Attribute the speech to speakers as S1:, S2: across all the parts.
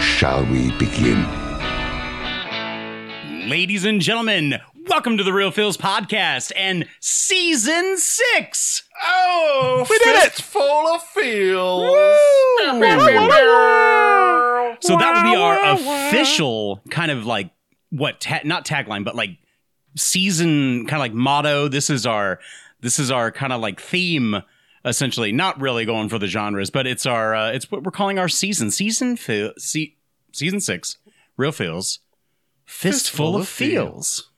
S1: shall we begin?
S2: Ladies and gentlemen, welcome to the Real Phils podcast and season six.
S3: Oh,
S2: We did it!
S3: full of feels.
S2: So that would be our official kind of like what ta- not tagline, but like season kind of like motto. This is our this is our kind of like theme essentially. Not really going for the genres, but it's our uh, it's what we're calling our season season fi- se- season six. Real feels fistful of feels.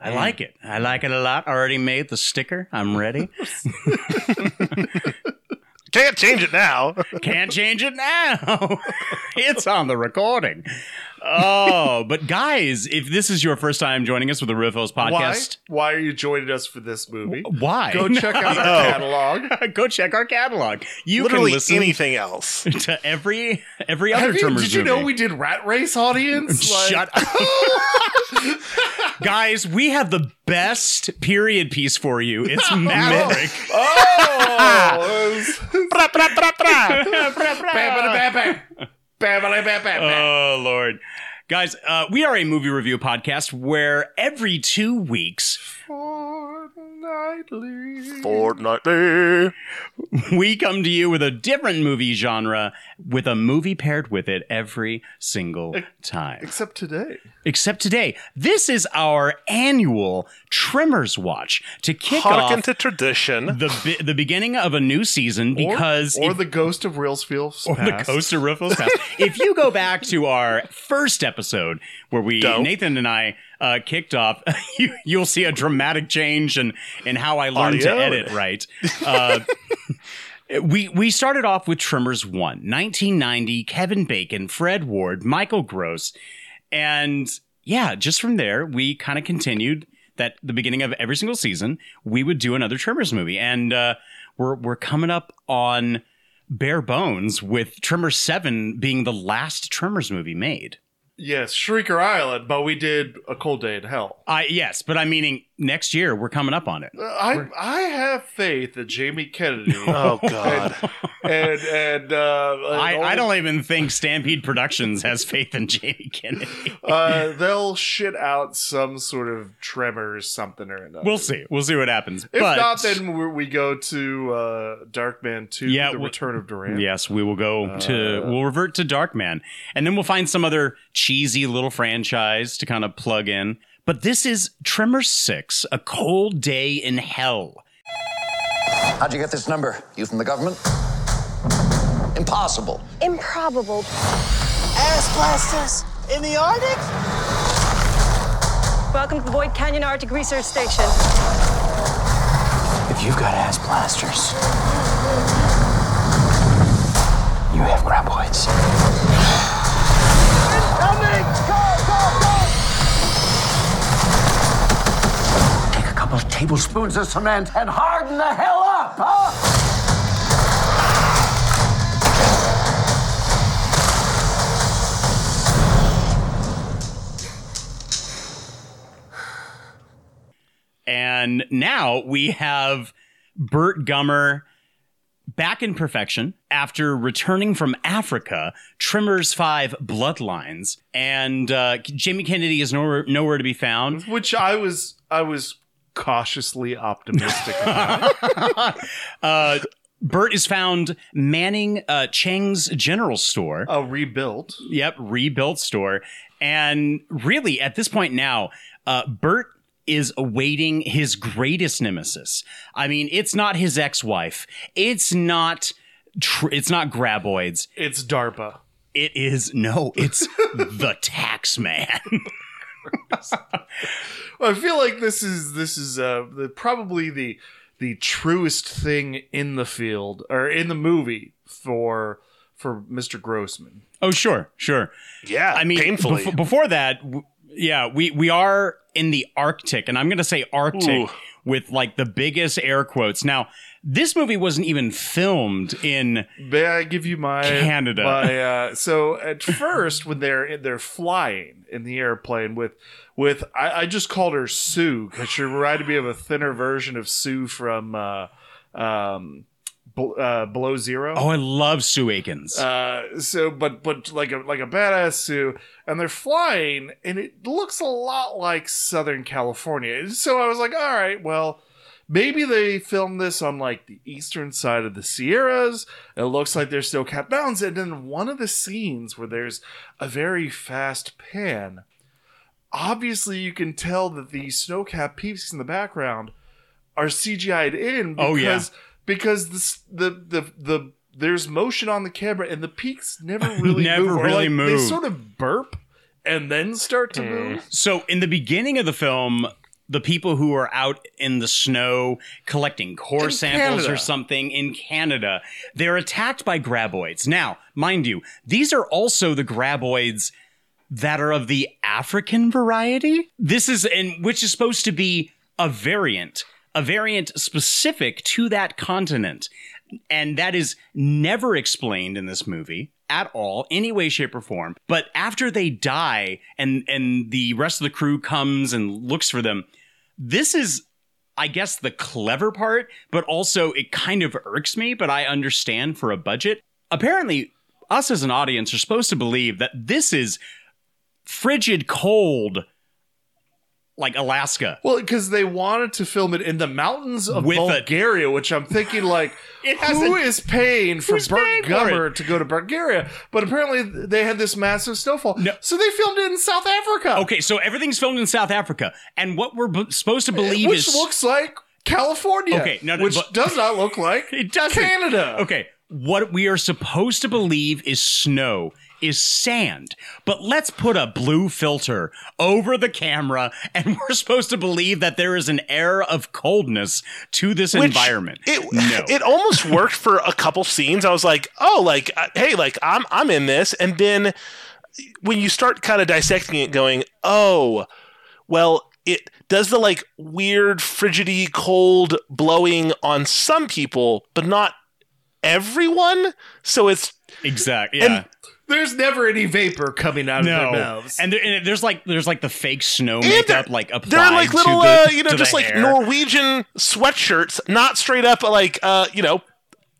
S2: I like it. I like it a lot. Already made the sticker. I'm ready.
S3: Can't change it now.
S2: Can't change it now. it's on the recording. Oh, but guys, if this is your first time joining us with the Real Phils
S3: Why?
S2: podcast,
S3: Why are you joining us for this movie?
S2: why?
S3: Go check out our catalog.
S2: Go check our catalog. You
S4: literally
S2: can listen
S4: anything else.
S2: to every every other
S3: Have you-
S2: drummer's
S3: did you know
S2: movie.
S3: we did Rat Race audience? Like-
S2: Shut up. Guys, we have the best period piece for you. It's Maverick.
S3: Oh! Bam-a-da-bam-bam. Bam-a-da-bam-bam.
S2: Oh Lord. Guys, uh, we are a movie review podcast where every two weeks
S3: Fortnightly.
S4: Fortnightly.
S2: we come to you with a different movie genre with a movie paired with it every single time.
S3: Except today.
S2: Except today, this is our annual Tremors watch to kick
S4: Harken
S2: off
S4: to tradition.
S2: the bi- the beginning of a new season
S3: Or-
S2: because
S3: or
S2: if-
S3: the ghost of Railsfield.
S2: or the Coast of Ruffles House. if you go back to our first episode where we
S4: Dope.
S2: Nathan and I uh, kicked off, you, you'll see a dramatic change in in how I learned to
S4: Audio.
S2: edit. Right. Uh, We, we started off with Tremors 1, 1990, Kevin Bacon, Fred Ward, Michael Gross. And yeah, just from there, we kind of continued that the beginning of every single season, we would do another Tremors movie. And uh, we're, we're coming up on bare bones with Tremors 7 being the last Tremors movie made.
S3: Yes, Shrieker Island, but we did A Cold Day in Hell.
S2: I yes, but I'm meaning next year we're coming up on it.
S3: Uh, I I have faith that Jamie Kennedy
S4: Oh God!
S3: and and uh,
S2: I,
S3: and
S2: I don't even think Stampede Productions has faith in Jamie Kennedy.
S3: Uh, they'll shit out some sort of tremor, something or another.
S2: We'll see. We'll see what happens.
S3: If
S2: but,
S3: not, then we, we go to uh, Darkman Two:
S2: Yeah,
S3: The
S2: we-
S3: Return of Durant.
S2: Yes, we will go to
S3: Uh,
S2: we'll revert to Darkman, and then we'll find some other cheesy little franchise to kind of plug in. But this is Tremor Six: A Cold Day in Hell.
S5: How'd you get this number? You from the government? Impossible.
S6: Improbable.
S7: Ass blasters in the Arctic?
S8: Welcome to the Boyd Canyon Arctic Research Station.
S5: If you've got ass blasters, you have graboids. Take a couple of tablespoons of cement and harden the hell up, huh?
S2: And now we have Burt Gummer back in perfection after returning from Africa, Tremors Five: Bloodlines, and uh, Jamie Kennedy is nowhere nowhere to be found.
S3: Which I was I was cautiously optimistic. about.
S2: uh, Bert is found manning uh, Chang's general store.
S3: A rebuilt.
S2: Yep, rebuilt store. And really, at this point now, uh, Bert is awaiting his greatest nemesis. I mean, it's not his ex-wife. It's not. Tr- it's not graboids.
S3: It's DARPA.
S2: It is no. It's the tax man.
S3: I feel like this is this is uh the, probably the the truest thing in the field or in the movie for for Mr. Grossman.
S2: Oh, sure, sure.
S4: Yeah,
S2: I mean,
S4: painfully.
S2: bef- before that, w- yeah, we we are in the Arctic, and I'm going to say Arctic
S4: Ooh.
S2: with like the biggest air quotes. Now, this movie wasn't even filmed in.
S3: May I give you my
S2: Canada.
S3: My, uh, so at first, when they're they're flying in the airplane with with I, I just called her Sue because she reminded me of a thinner version of Sue from uh, um, Bl- uh, Below Zero.
S2: Oh, I love Sue Akins.
S3: Uh, so, but but like a like a badass Sue, and they're flying, and it looks a lot like Southern California. And So I was like, all right, well, maybe they filmed this on like the eastern side of the Sierras. It looks like they're still cat bounds. And then one of the scenes where there's a very fast pan, obviously you can tell that the snow-capped peaks in the background are CGI'd in because
S2: Oh, yeah.
S3: because this, the the the there's motion on the camera and the peaks never really
S2: Never
S3: move, or,
S2: really
S3: like,
S2: move.
S3: They sort of burp and then start to move.
S2: So in the beginning of the film, the people who are out in the snow collecting core
S3: In
S2: samples or
S3: Canada.
S2: something in Canada, they're attacked by graboids. Now, mind you, these are also the graboids that are of the African variety. This is and which is supposed to be a variant, a variant specific to that continent. And that is never explained in this movie at all, any way, shape, or form. But after they die and and the rest of the crew comes and looks for them, this is I guess the clever part, but also it kind of irks me, but I understand for a budget. Apparently, us as an audience are supposed to believe that this is frigid cold like Alaska.
S3: Well, because they wanted to film it in the mountains of
S2: With a-
S3: Bulgaria, which I'm thinking, like,
S2: It has
S3: who
S2: a-
S3: is paying for
S2: Who's
S3: Bert
S2: paying for
S3: Gummer to go to Bulgaria? But apparently, they had this massive snowfall,
S2: No.
S3: so they filmed it in South Africa,
S2: Okay, so everything's filmed in South Africa, and what we're b- supposed to
S4: Eh,
S2: believe
S3: which
S2: is
S3: looks like California,
S2: Okay, no, no,
S3: which
S2: but-
S3: does not look like
S2: it doesn't
S3: Canada.
S2: Okay, what we are supposed to believe is snow is sand, but let's put a blue filter over the camera, and we're supposed to believe that there is an air of coldness to this
S4: Which
S2: environment.
S4: It
S2: no,
S4: it almost worked for a couple scenes. I was like, oh, like uh, hey, like I'm I'm in this, and then when you start kind of dissecting it, going, oh, well, it does the like weird frigidy cold blowing on some people, but not everyone. So it's
S2: exactly.
S4: and
S2: Yeah.
S3: There's never any vapor coming out of their
S2: no,
S3: mouths.
S2: and, there, and there's like there's like the fake snow
S4: And
S2: makeup like applied
S4: They're like
S2: to
S4: little,
S2: the-
S4: uh, you know,
S2: to the
S4: just like
S2: hair.
S4: Norwegian sweatshirts, not straight up like, uh, you know,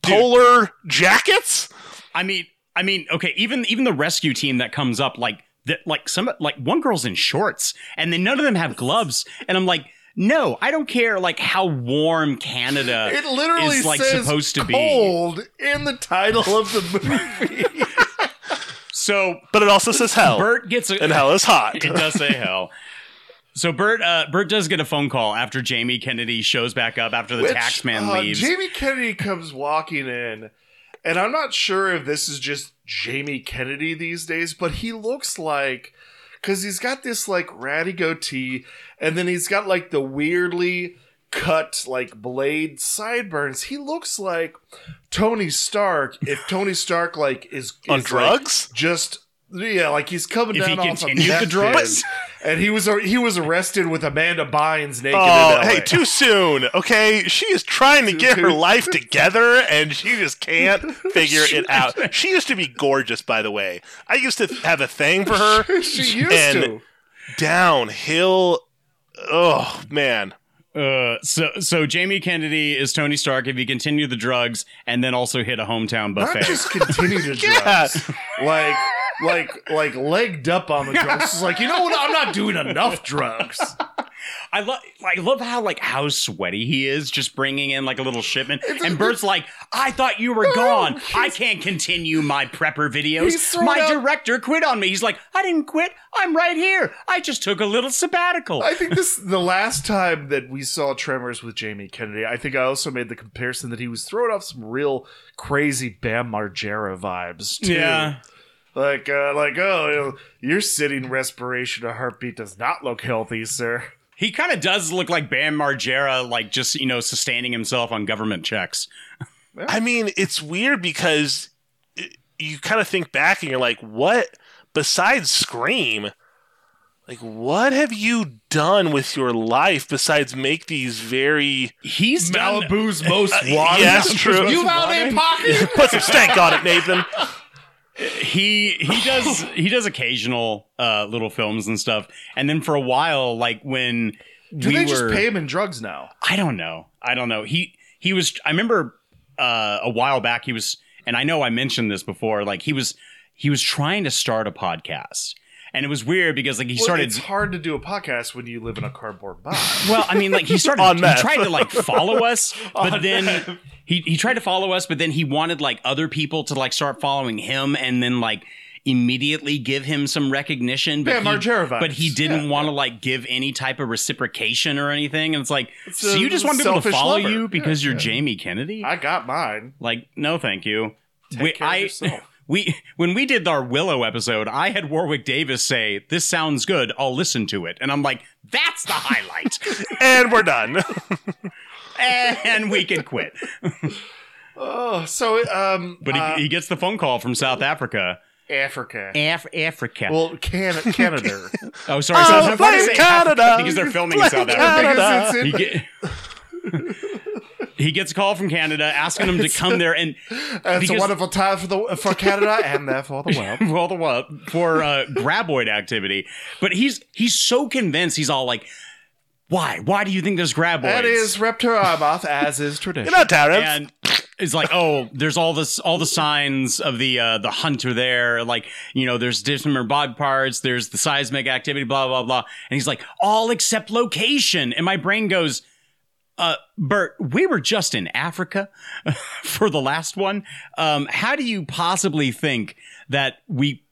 S4: polar jackets.
S2: I mean, I mean, okay, even even the rescue team that comes up, like that, like some, like one girl's in shorts, and then none of them have gloves, and I'm like, no, I don't care, like how warm Canada
S3: It literally
S2: is like
S3: says
S2: supposed to be.
S3: cold in the title of the movie.
S2: So
S4: But it also says hell,
S2: Bert gets a
S4: Oh. and hell is hot.
S2: it does say hell. So Bert, uh, Bert does get a phone call after Jamie Kennedy shows back up after the
S3: Which,
S2: tax man
S3: uh,
S2: leaves.
S3: Jamie Kennedy comes walking in, and I'm not sure if this is just Jamie Kennedy these days, but he looks like because he's got this like ratty goatee, and then he's got like the weirdly cut like blade sideburns. He looks like Tony Stark if Tony Stark like is
S4: On
S3: is, like,
S4: drugs?
S3: just. Yeah, like he's coming
S2: If he
S3: down off a
S2: continued the
S3: meth
S2: drugs?
S3: bin, and he was he was arrested with Amanda Bynes naked.
S4: Oh,
S3: in LA.
S4: hey, too soon. Okay, she is trying to get her life together, and she just can't figure it out. She used to be gorgeous, by the way. I used to have a thing for her.
S3: she used
S4: and
S3: to.
S4: downhill. Oh man,
S2: Uh, so so Jamie Kennedy is Tony Stark if he continued the drugs and then also hit a hometown buffet.
S3: not just continue to drugs, like like like legged up on the drugs. It's like you know what? I'm not doing enough drugs.
S2: I love I love how like how sweaty he is just bringing in like a little shipment and Bert's like I thought you were gone I can't continue my prepper
S3: He's
S2: videos
S3: thrown
S2: my
S3: out-
S2: director quit on me he's like I didn't quit I'm right here I just took a little sabbatical
S3: I think this the last time that we saw Tremors with Jamie Kennedy. I think I also made the comparison that he was throwing off some real crazy Bam Margera vibes. Too.
S2: yeah
S3: like uh, like oh, you know, your sitting respiration or heartbeat does not look healthy, sir.
S2: he kind of does look like Bam Margera like just you know sustaining himself on government checks
S4: I mean, it's weird because you kind of think back and you're like, what besides Scream? Like, what have you done with your life besides make these very
S2: he's
S3: Malibu's most wanted?
S4: yeah, that's true.
S3: You out in pocket?
S4: Put some stank on it, Nathan.
S2: he he does he does occasional uh, little films and stuff, and then for a while, like when
S3: Do
S2: we
S3: they
S2: were,
S3: just pay him in drugs now?
S2: I don't know, I don't know. He he was. I remember uh, a while back he was, and I know I mentioned this before. Like he was he was trying to start a podcast, and it was weird because like he
S3: Well,
S2: started
S3: It's hard to do a podcast when you live in a cardboard box.
S2: Well, I mean, like he started.
S4: On
S2: he
S4: meth.
S2: tried to like follow us, but
S3: On meth.
S2: then he he tried to follow us, but then he wanted like other people to like start following him, and then like immediately give him some recognition. But
S3: Bam
S2: he,
S3: Margera vibes.
S2: but he didn't
S3: Yeah.
S2: want to like give any type of reciprocation or anything. And it's like, so
S3: a
S2: you just want people to
S3: selfish
S2: follow
S3: lover.
S2: you because
S3: Yeah,
S2: you're
S3: yeah.
S2: Jamie Kennedy?
S3: I got mine.
S2: like, no, thank you.
S3: Take care of yourself.
S2: we when we did our Willow episode, I had Warwick Davis say, "This sounds good. I'll listen to it," and I'm like, "That's the highlight."
S4: and we're done.
S2: and we can quit.
S3: Oh, so um,
S2: But he, he gets the phone call from South Africa.
S3: Africa.
S2: Af- Africa.
S3: Well, Can- Canada.
S2: oh, sorry.
S4: Oh,
S2: South- I was about to
S4: blame
S2: say
S4: Canada.
S2: Africa Because they're filming in South
S4: Blame
S2: Africa.
S3: because
S2: He,
S3: it's in,
S2: get- he gets a call from Canada asking him to come there and
S3: it's a
S2: because-
S3: wonderful time for the for Canada and therefore the world.
S2: well, the what for uh, graboid activity. But he's he's so convinced. He's all like, "Why? Why do you think there's graboids?"
S3: That is Reptor Armoth, as is
S4: You're
S3: tradition.
S4: not Tarif.
S2: and it's like oh there's all this all the signs of the uh the hunter there like you know there's different body parts there's the seismic activity blah blah blah and he's like all except location and my brain goes uh bert we were just in africa for the last one um how do you possibly think that we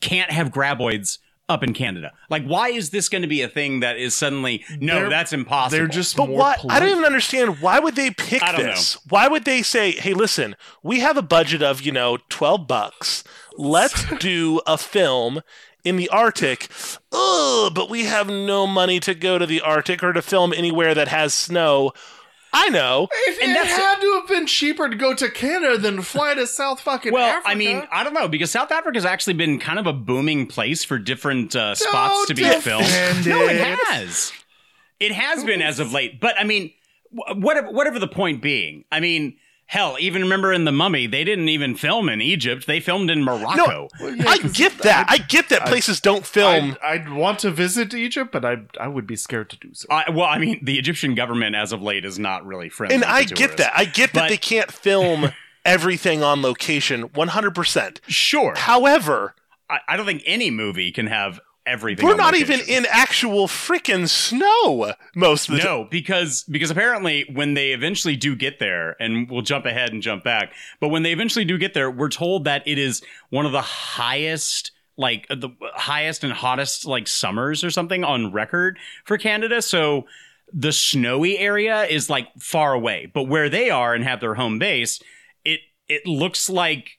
S2: can't have graboids up in canada like why is this going to be a thing that is suddenly no
S3: They're-
S2: that's impossible
S3: They're just
S4: But
S3: more
S4: why? I don't
S3: polite.
S4: even understand. Why would they pick
S2: I don't
S4: this? Why would they say, "Hey, listen, we have a budget of you know twelve bucks. Let's do a film in the Arctic. Ugh, but we have no money to go to the Arctic or to film anywhere that has snow. I know.
S3: It, it had to have been cheaper to go to Canada than to fly to South fucking
S2: Well,
S3: Africa.
S2: I mean, I don't know because South Africa's actually been kind of a booming place for different uh,
S3: Don't
S2: spots to be
S3: defend
S2: filmed. No, it
S3: it.
S2: has. It has been as of late, but I mean, wh- whatever, whatever the point being, I mean, hell, even remember in the Mummy, they didn't even film in Egypt; they filmed in Morocco.
S4: I get that. I, get that places don't film.
S3: I'd, I'd want to visit Egypt, but I I would be scared to do so.
S2: I, well, I mean, the Egyptian government as of late is not really friendly.
S4: and
S2: to
S4: I get
S2: tourists.
S4: that. I get that
S2: But-
S4: they can't film everything on location one hundred percent.
S2: Sure,
S4: However.
S2: I, I don't think any movie can have everything.
S4: We're
S2: on
S4: not
S2: location.
S4: even in actual freaking snow most of the time.
S2: No, because because apparently when they eventually do get there, and we'll jump ahead and jump back, but when they eventually do get there, we're told that it is one of the highest like the highest and hottest like summers or something on record for Canada. So the snowy area is like far away, but where they are and have their home base, it it looks like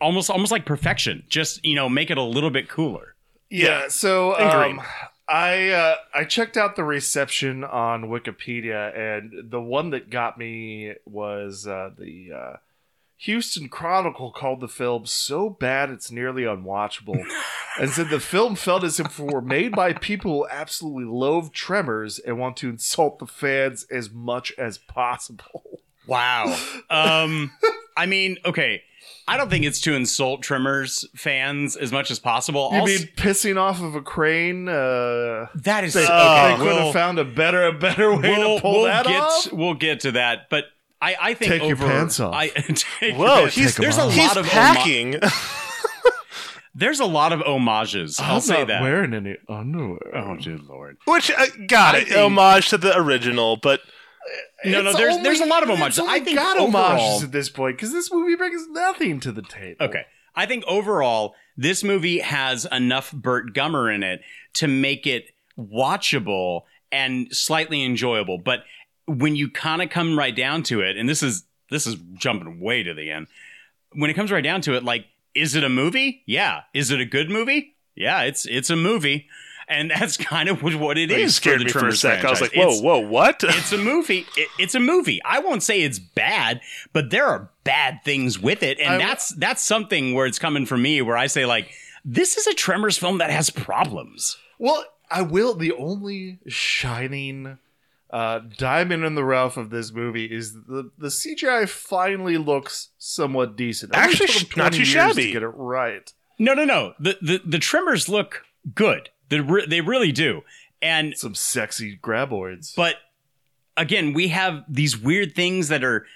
S2: almost almost like perfection. Just, you know, make it a little bit cooler.
S3: Yeah.
S4: Yeah.
S3: So
S4: And
S3: um,
S4: green.
S3: I uh, I checked out the reception on Wikipedia, and the one that got me was uh, the uh, Houston Chronicle called the film so bad it's nearly unwatchable, and said the film felt as if it were made by people who absolutely loathe tremors and want to insult the fans as much as possible.
S2: Wow. Um, I mean, okay. I don't think it's to insult Tremors fans as much as possible.
S3: You
S2: Also-
S3: mean pissing off of a crane? Uh,
S2: that is
S3: they,
S2: okay.
S3: they could
S2: "Oh, we'll,
S3: have found a better, a better way
S2: we'll,
S3: to pull
S2: we'll
S3: that
S2: get
S3: off.
S2: we'll get to that, but I, I think
S3: Take your
S2: over-
S3: pants off.
S2: I, take your
S4: Whoa,
S2: pants-
S4: he's
S2: there's a
S4: he's
S2: lot of homo-
S4: packing.
S2: there's a lot of homages. I'll
S3: I'm
S2: say
S3: not
S2: that.
S3: wearing any underwear.
S2: Oh, dear lord!
S4: Which uh, got
S2: I
S4: it,
S2: think-
S4: homage to the original, but
S2: No, no.
S3: It's
S2: There's
S3: only-
S2: there's a lot of
S3: it's
S2: homages.
S3: only
S2: I think
S3: got
S2: overall,
S3: homages at this point because this movie brings nothing to the table.
S2: Okay. I think overall, this movie has enough Burt Gummer in it to make it watchable and slightly enjoyable. But when you kind of come right down to it, and this is this is jumping way to the end. When it comes right down to it, like, is it a movie? Yeah. Is it a good movie? Yeah, it's it's a movie. and that's kind of what it
S4: Oh, You
S2: is. for
S4: scared
S2: the
S4: me for a
S2: Tremors
S4: sec. I was
S2: franchise.
S4: like, whoa, whoa, what?
S2: it's a movie. It, it's a movie. I won't say it's bad, but there are bad things with it, and
S3: I-
S2: that's that's something where it's coming from me, where I say like, this is a Tremors film that has problems.
S3: Well, I will. The only shining uh, diamond in the rough of this movie is the the CGI finally looks somewhat decent. It
S4: Actually,
S3: took 'em
S4: sh- not
S3: 20
S4: too
S3: years
S4: shabby.
S3: to get it right.
S2: No, no, no. The the, the Tremors look good. They re- they really do, and
S3: Some sexy graboids.
S2: but again, we have these weird things that are,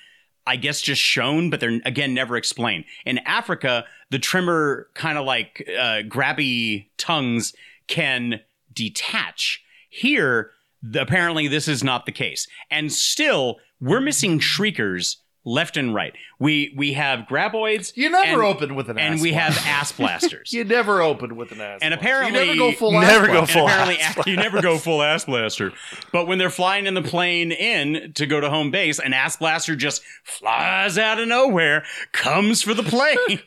S2: I guess, just shown, but they're again never explained. In Africa, the tremor kind of like uh, grabby tongues can detach. Here, the, apparently, this is not the case, and still, we're missing shriekers left and right. We we have graboids.
S3: You never
S2: and-
S3: open with an
S2: and
S3: ass
S2: we
S3: blast.
S2: have ass blasters.
S3: You never open with an ass.
S2: And
S3: blast.
S2: apparently,
S3: you never go full.
S4: Never
S3: ass
S4: go
S3: blast.
S2: and
S4: full
S2: apparently,
S4: ass
S2: you never go full ass blaster. But when they're flying in the plane in to go to home base, an ass blaster just flies out of nowhere, comes for the plane.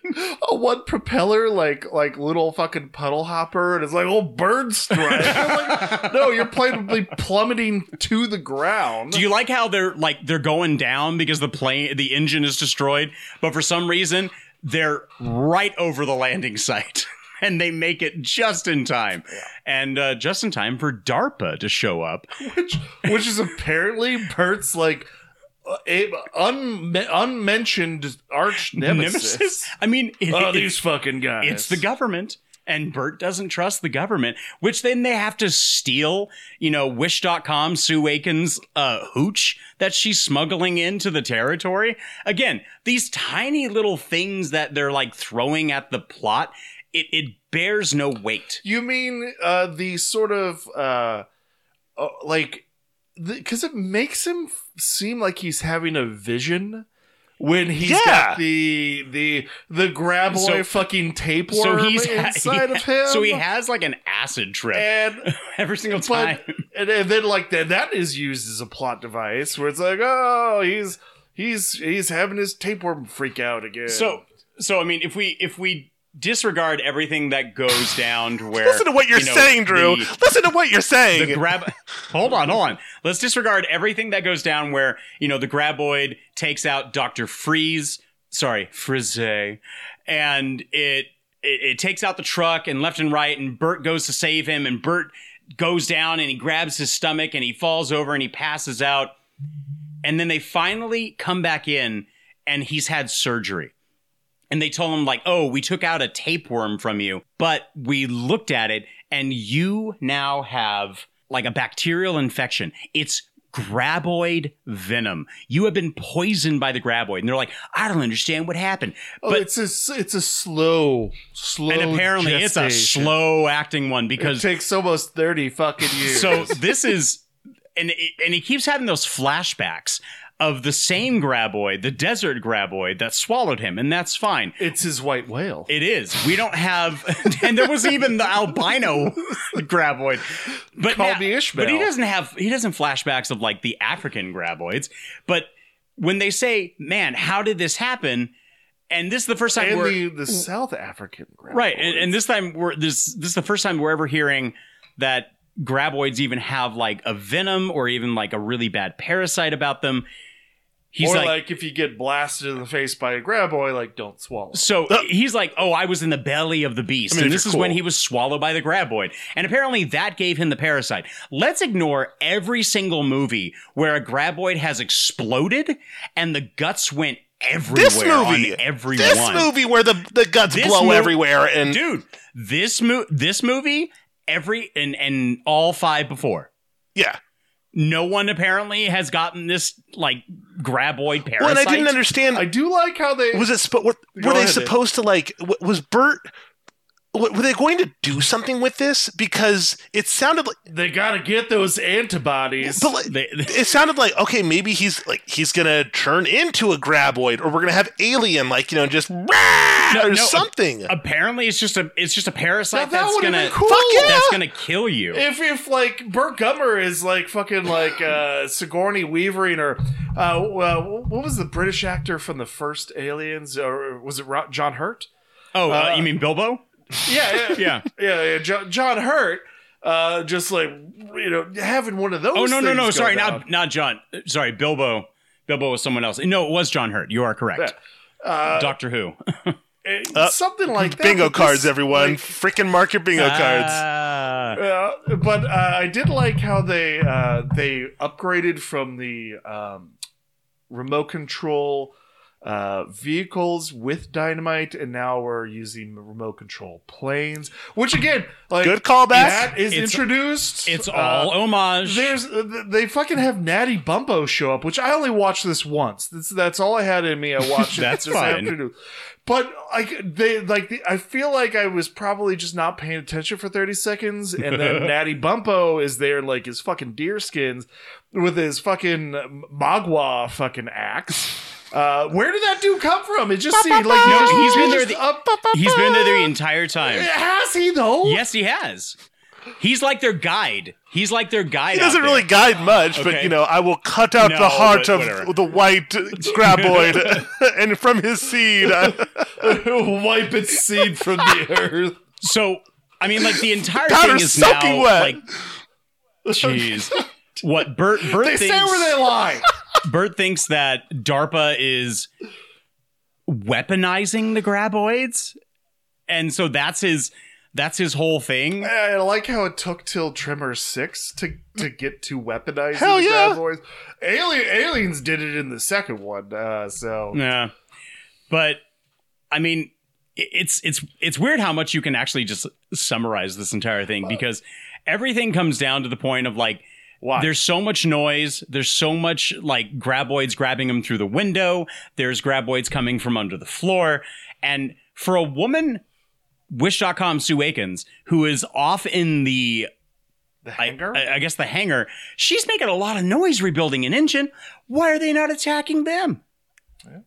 S3: a one propeller like like little fucking puddle hopper, and it's like oh bird strike. Like, no, you're plainly plummeting to the ground.
S2: Do you like how they're like they're going down because the plane, the engine is destroyed, but for some reason they're right over the landing site. And they make it just in time, and uh, just in time for DARPA to show up.
S3: which which is apparently Bert's like uh, a- un- unmentioned arch nemesis.
S2: I mean, it-
S3: Oh,
S2: it-
S3: these fucking guys!
S2: It's the government. And Bert doesn't trust the government, which then they have to steal, you know, Wish.com, Sue Aiken's uh, hooch that she's smuggling into the territory. Again, these tiny little things that they're like throwing at the plot, it, it bears no weight.
S3: You mean uh, the sort of uh, uh, like because it makes him f- seem like he's having a vision. When he's
S4: Yeah.
S3: got the the the graboid
S2: So-
S3: fucking tapeworm inside of him,
S2: So he has like an acid trip
S3: and
S2: every single time.
S3: but and, and then like that that is used as a plot device where it's like oh he's he's he's having his tapeworm freak out again
S2: So, so I mean, if we if we disregard everything that goes down to where
S4: Listen to what you're
S2: you know,
S4: saying, Drew.
S2: the-
S4: Listen to what you're saying.
S2: the grab hold on hold on let's disregard everything that goes down where you know the graboid takes out dr freeze sorry frizze and it, it it takes out the truck and left and right and bert goes to save him and bert goes down and he grabs his stomach and he falls over and he passes out and then they finally come back in and he's had surgery and they told him like oh we took out a tapeworm from you but we looked at it and you now have like a bacterial infection it's graboid venom you have been poisoned by the graboid and they're like i don't understand what happened
S3: Oh,
S2: but
S3: it's a s- it's a slow slow
S2: and apparently it's a
S3: Oh, gestation.
S2: slow acting one
S3: it
S2: because
S3: takes almost 30 fucking years
S2: so this is and it, and he keeps having those flashbacks of the same graboid the desert graboid that swallowed him and that's fine
S3: it's his white whale
S2: It is. We don't have, and there was even the albino graboid. But
S3: Call
S2: now-
S3: me Ishmael.
S2: But he doesn't have. He doesn't flashbacks of like the African graboids. But when they say, "Man, how did this happen?" and this is the first time
S3: and
S2: we're
S3: the, the south african graboid.
S2: right, and, and this time we're this this is the first time we're ever hearing that graboids even have like a venom or even like a really bad parasite about them. He's
S3: or like,
S2: like
S3: if you get blasted in the face by a graboid like don't swallow
S2: So he's like, "Oh, I was in the belly of the beast,"
S4: I mean,
S2: and
S4: if
S2: this
S4: you're
S2: is when
S4: cool.
S2: he was swallowed by the graboid, and apparently that gave him the parasite. Let's ignore every single movie where a graboid has exploded and the guts went everywhere.
S4: this movie,
S2: on everyone.
S4: this movie where the, the guts
S2: This
S4: blow
S2: mov-
S4: everywhere and
S2: dude, this mo- this movie, every and and all five before.
S4: yeah.
S2: No one apparently has gotten this like graboid parasite.
S4: Well, and I didn't understand.
S3: i do like how they
S4: was it? Sp- what,
S3: Go
S4: were they
S3: ahead, Dave.
S4: supposed to like? w- Was Bert? w- Were they going to do something with this? Because it sounded like,
S3: they gotta get those antibodies
S4: but like-
S2: They-
S4: it sounded like okay, maybe he's like he's gonna turn into a graboid, or we're gonna have alien like you know just or
S2: no,
S4: something.
S2: Apparently, it's just a it's just a parasite
S3: Now, that
S2: that's
S3: would've
S2: gonna
S3: been cool.
S4: Fuck yeah!
S2: that's gonna kill you.
S3: if if like Burt Gummer is like fucking like uh Sigourney Weaver in her uh well, what was the British actor from the first Aliens or was it Ro- John Hurt?
S2: Oh, uh,
S3: Uh,
S2: you mean Bilbo?
S3: Yeah, yeah,
S2: Yeah.
S3: yeah, yeah, Jo- John Hurt Uh, just like you know, having one of those.
S2: Oh no, no,
S3: things
S2: no!
S3: go
S2: Sorry,
S3: down.
S2: not not John. Sorry, Bilbo. Bilbo was someone else. No, it was John Hurt. You are correct.
S3: Uh,
S2: Doctor Who.
S3: it-
S4: Uh,
S3: Eh, something like that.
S4: bingo
S3: but this-
S4: cards, everyone. Freaking mark your bingo cards.
S2: Ah.
S3: Yeah, but uh, I did like how they uh, they upgraded from the um, remote control uh, vehicles with dynamite, and now we're using remote control planes. Which again, like
S4: Good callback.
S3: That is
S2: It's-
S3: introduced.
S2: It's
S3: Uh,
S2: all homage.
S3: There's uh, they fucking have Natty Bumpo show up, which I only watched this once. That's that's all I had in me. I watched it
S2: That's
S3: this
S2: fine.
S3: afternoon. But like they like the, I feel like I was probably just not paying attention for 30 seconds, and then Natty Bumpo is there in, like his fucking deer skins with his fucking magua fucking axe. Uh, where did that dude come from? It just seemed like he
S2: No,
S3: just,
S2: he's been
S3: he
S2: there
S3: just
S2: the-
S3: up-
S2: He's been there the entire time.
S3: Has he though?
S2: Yes, he has. He's like their guide. He's like their guide.
S4: He doesn't really guide much, but
S2: Okay.
S4: you know, I will cut out
S2: No,
S4: the heart
S2: but
S4: of
S2: whatever.
S4: the white graboid, and from his seed. I-
S3: Wipe its seed from the earth.
S2: So I mean, like the entire
S4: God,
S2: thing
S4: they're
S2: is
S4: soaking
S2: now
S4: wet.
S2: like, jeez. What Bert Bert
S3: They
S2: thinks
S3: say where they lie.
S2: Bert thinks that DARPA is weaponizing the graboids, and so that's his that's his whole thing.
S3: I like how it took till Tremor Six to to get to weaponizing
S4: Hell
S3: the
S4: yeah.
S3: Graboids. Alien aliens did it in the second one, uh, so
S2: Yeah, but I mean, i- it's it's it's weird how much you can actually just summarize this entire thing because everything comes down to the point of like
S3: why?
S2: there's so much noise, there's so much like graboids grabbing them through the window, there's graboids coming from under the floor, and for a woman, Wish.com Sue Akins, who is off in the
S3: the
S2: I-
S3: hangar.
S2: I, I guess the hangar, she's making a lot of noise rebuilding an engine. Why are they not attacking them?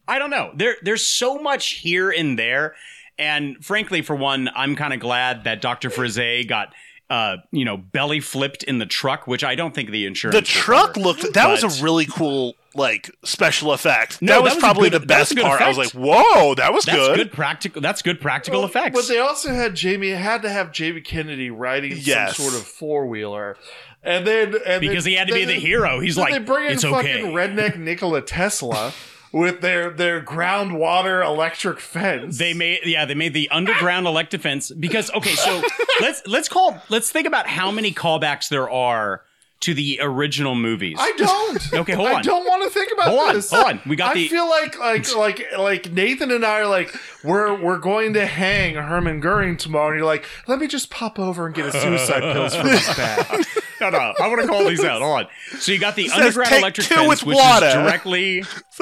S2: I don't know. There, there's so much here and there, and frankly, for one, I'm kind of glad that Doctor Frise got, uh, you know, belly flipped in the truck, which I don't think the insurance.
S4: the
S2: will
S4: truck
S2: cover.
S4: looked. That
S2: But-
S4: was a really cool, like special effect.
S2: No,
S4: that, was probably
S2: a good-
S4: the
S2: that was a
S4: best
S2: good
S4: part. I was like,
S2: effect.
S4: "Whoa, that was
S2: That's
S4: good."
S2: good, practical. That's good practical effects.
S3: But they also had Jamie had to have Jamie Kennedy riding
S4: Yes.
S3: some sort of four wheeler, and then and
S2: because
S3: then-
S2: he had to be
S3: then-
S2: the hero. He's
S3: then
S2: like,
S3: they bring in
S2: it's
S3: fucking
S2: okay.
S3: redneck Nikola Tesla with their their groundwater electric fence.
S2: They made yeah, they made the underground elect defense because okay, so let's let's call let's think about how many callbacks there are to the original movies.
S3: I don't.
S2: Okay, hold
S3: I
S2: on.
S3: don't want to think about
S2: Hold on,
S3: this.
S2: hold on. We got
S3: I
S2: the-
S3: feel like like like like Nathan and I are like we're we're going to hang Herman Goering tomorrow, and you're like, let me just pop over and get a suicide pills from his bag.
S2: no, no, I want to call these out. Hold on. So you got the
S4: says,
S2: underground
S4: "Take
S2: electric
S4: two
S2: fence,
S4: with
S2: which
S4: water."
S2: is directly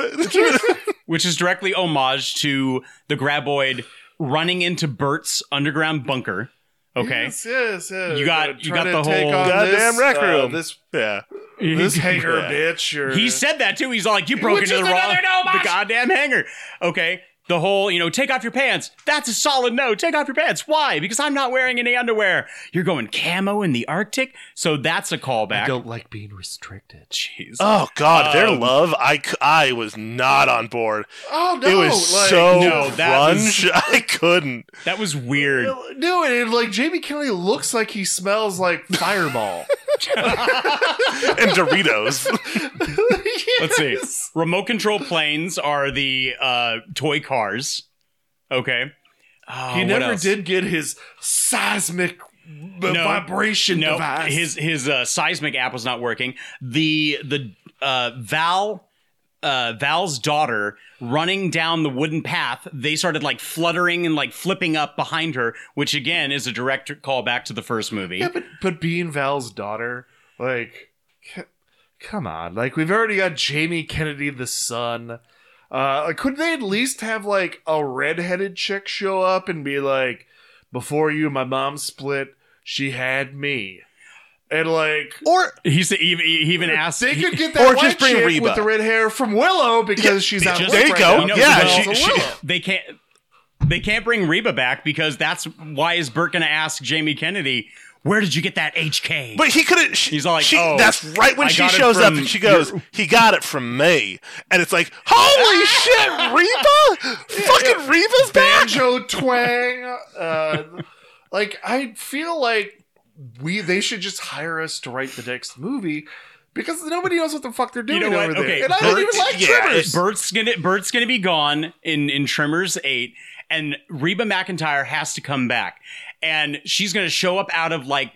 S2: which is directly homage to the graboid running into Bert's underground bunker. Okay.
S3: Yes, yes, yes.
S2: You got-
S3: Uh,
S2: you
S3: trying
S2: got
S3: to
S2: the
S3: take
S2: whole-
S3: on
S4: Goddamn
S3: this,
S4: rec
S3: uh,
S4: room.
S3: this
S4: yeah,
S3: this hanger bitch. Or
S2: He said that too. He's all like, "You broke
S3: Which
S2: into the
S3: is
S2: wrong,
S3: another no
S2: the
S3: match.
S2: goddamn hanger." Okay, the whole you know, take off your pants. That's a solid no. Take off your pants. Why? Because I'm not wearing any underwear. You're going camo in the Arctic, so that's a callback.
S3: don't like being restricted.
S2: Jeez.
S4: Oh God, their
S2: Um,
S4: love. I c- I was not on board.
S3: Oh no!
S4: it was
S3: like,
S4: so
S2: no, that was-
S4: grunge. I couldn't.
S2: that was weird.
S3: No, and like Jamie Kennedy looks like he smells like fireball.
S4: And Doritos.
S2: Let's see.
S3: Yes.
S2: Remote control planes are the uh, toy cars. Okay. Oh,
S3: He
S2: what
S3: never
S2: else?
S3: did get his seismic b-
S2: No.
S3: vibration
S2: No,
S3: device.
S2: his his uh, seismic app was not working. The the uh, Val uh, Val's daughter running down the wooden path. They started like fluttering and like flipping up behind her, which again is a direct callback to the first movie.
S3: yeah, but but being Val's daughter, like, c- come on, like we've already got Jamie Kennedy the son. Uh, like, could they at least have like a redheaded chick show up and be like, "Before you, my mom split. She had me," and like.
S4: or
S2: He said he, he he even asked.
S3: They
S2: he-
S3: could get that
S4: Or
S3: white
S4: just bring
S3: chick
S4: Reba.
S3: with the red hair from Willow because she's out.
S2: just-
S3: of work
S4: There you
S3: right
S4: go.
S3: now.
S2: No,
S4: Yeah,
S2: well,
S4: she-
S3: Willow.
S4: she-
S2: they can't. They can't bring Reba back because that's why is Bert going to ask Jamie Kennedy, "Where did you get that HK?"
S4: But he couldn't. She,
S2: He's all like,
S4: she,
S2: "Oh,
S4: that's right when
S2: I
S4: she
S2: got it
S4: shows up
S2: from
S4: and she goes, he got it from me. And it's like, holy shit, Reba? Fucking Reba's back?
S3: banjo twang. Uh, like I feel like we they should just hire us to write the next movie because nobody knows what the fuck they're doing
S2: you know what?
S3: over there.
S2: Okay,
S3: and I
S2: Bert,
S3: don't even like
S2: yeah,
S3: Tremors.
S2: Bert's gonna Bert's gonna be gone in in Tremors eight, and Reba McIntyre has to come back, and she's gonna show up out of like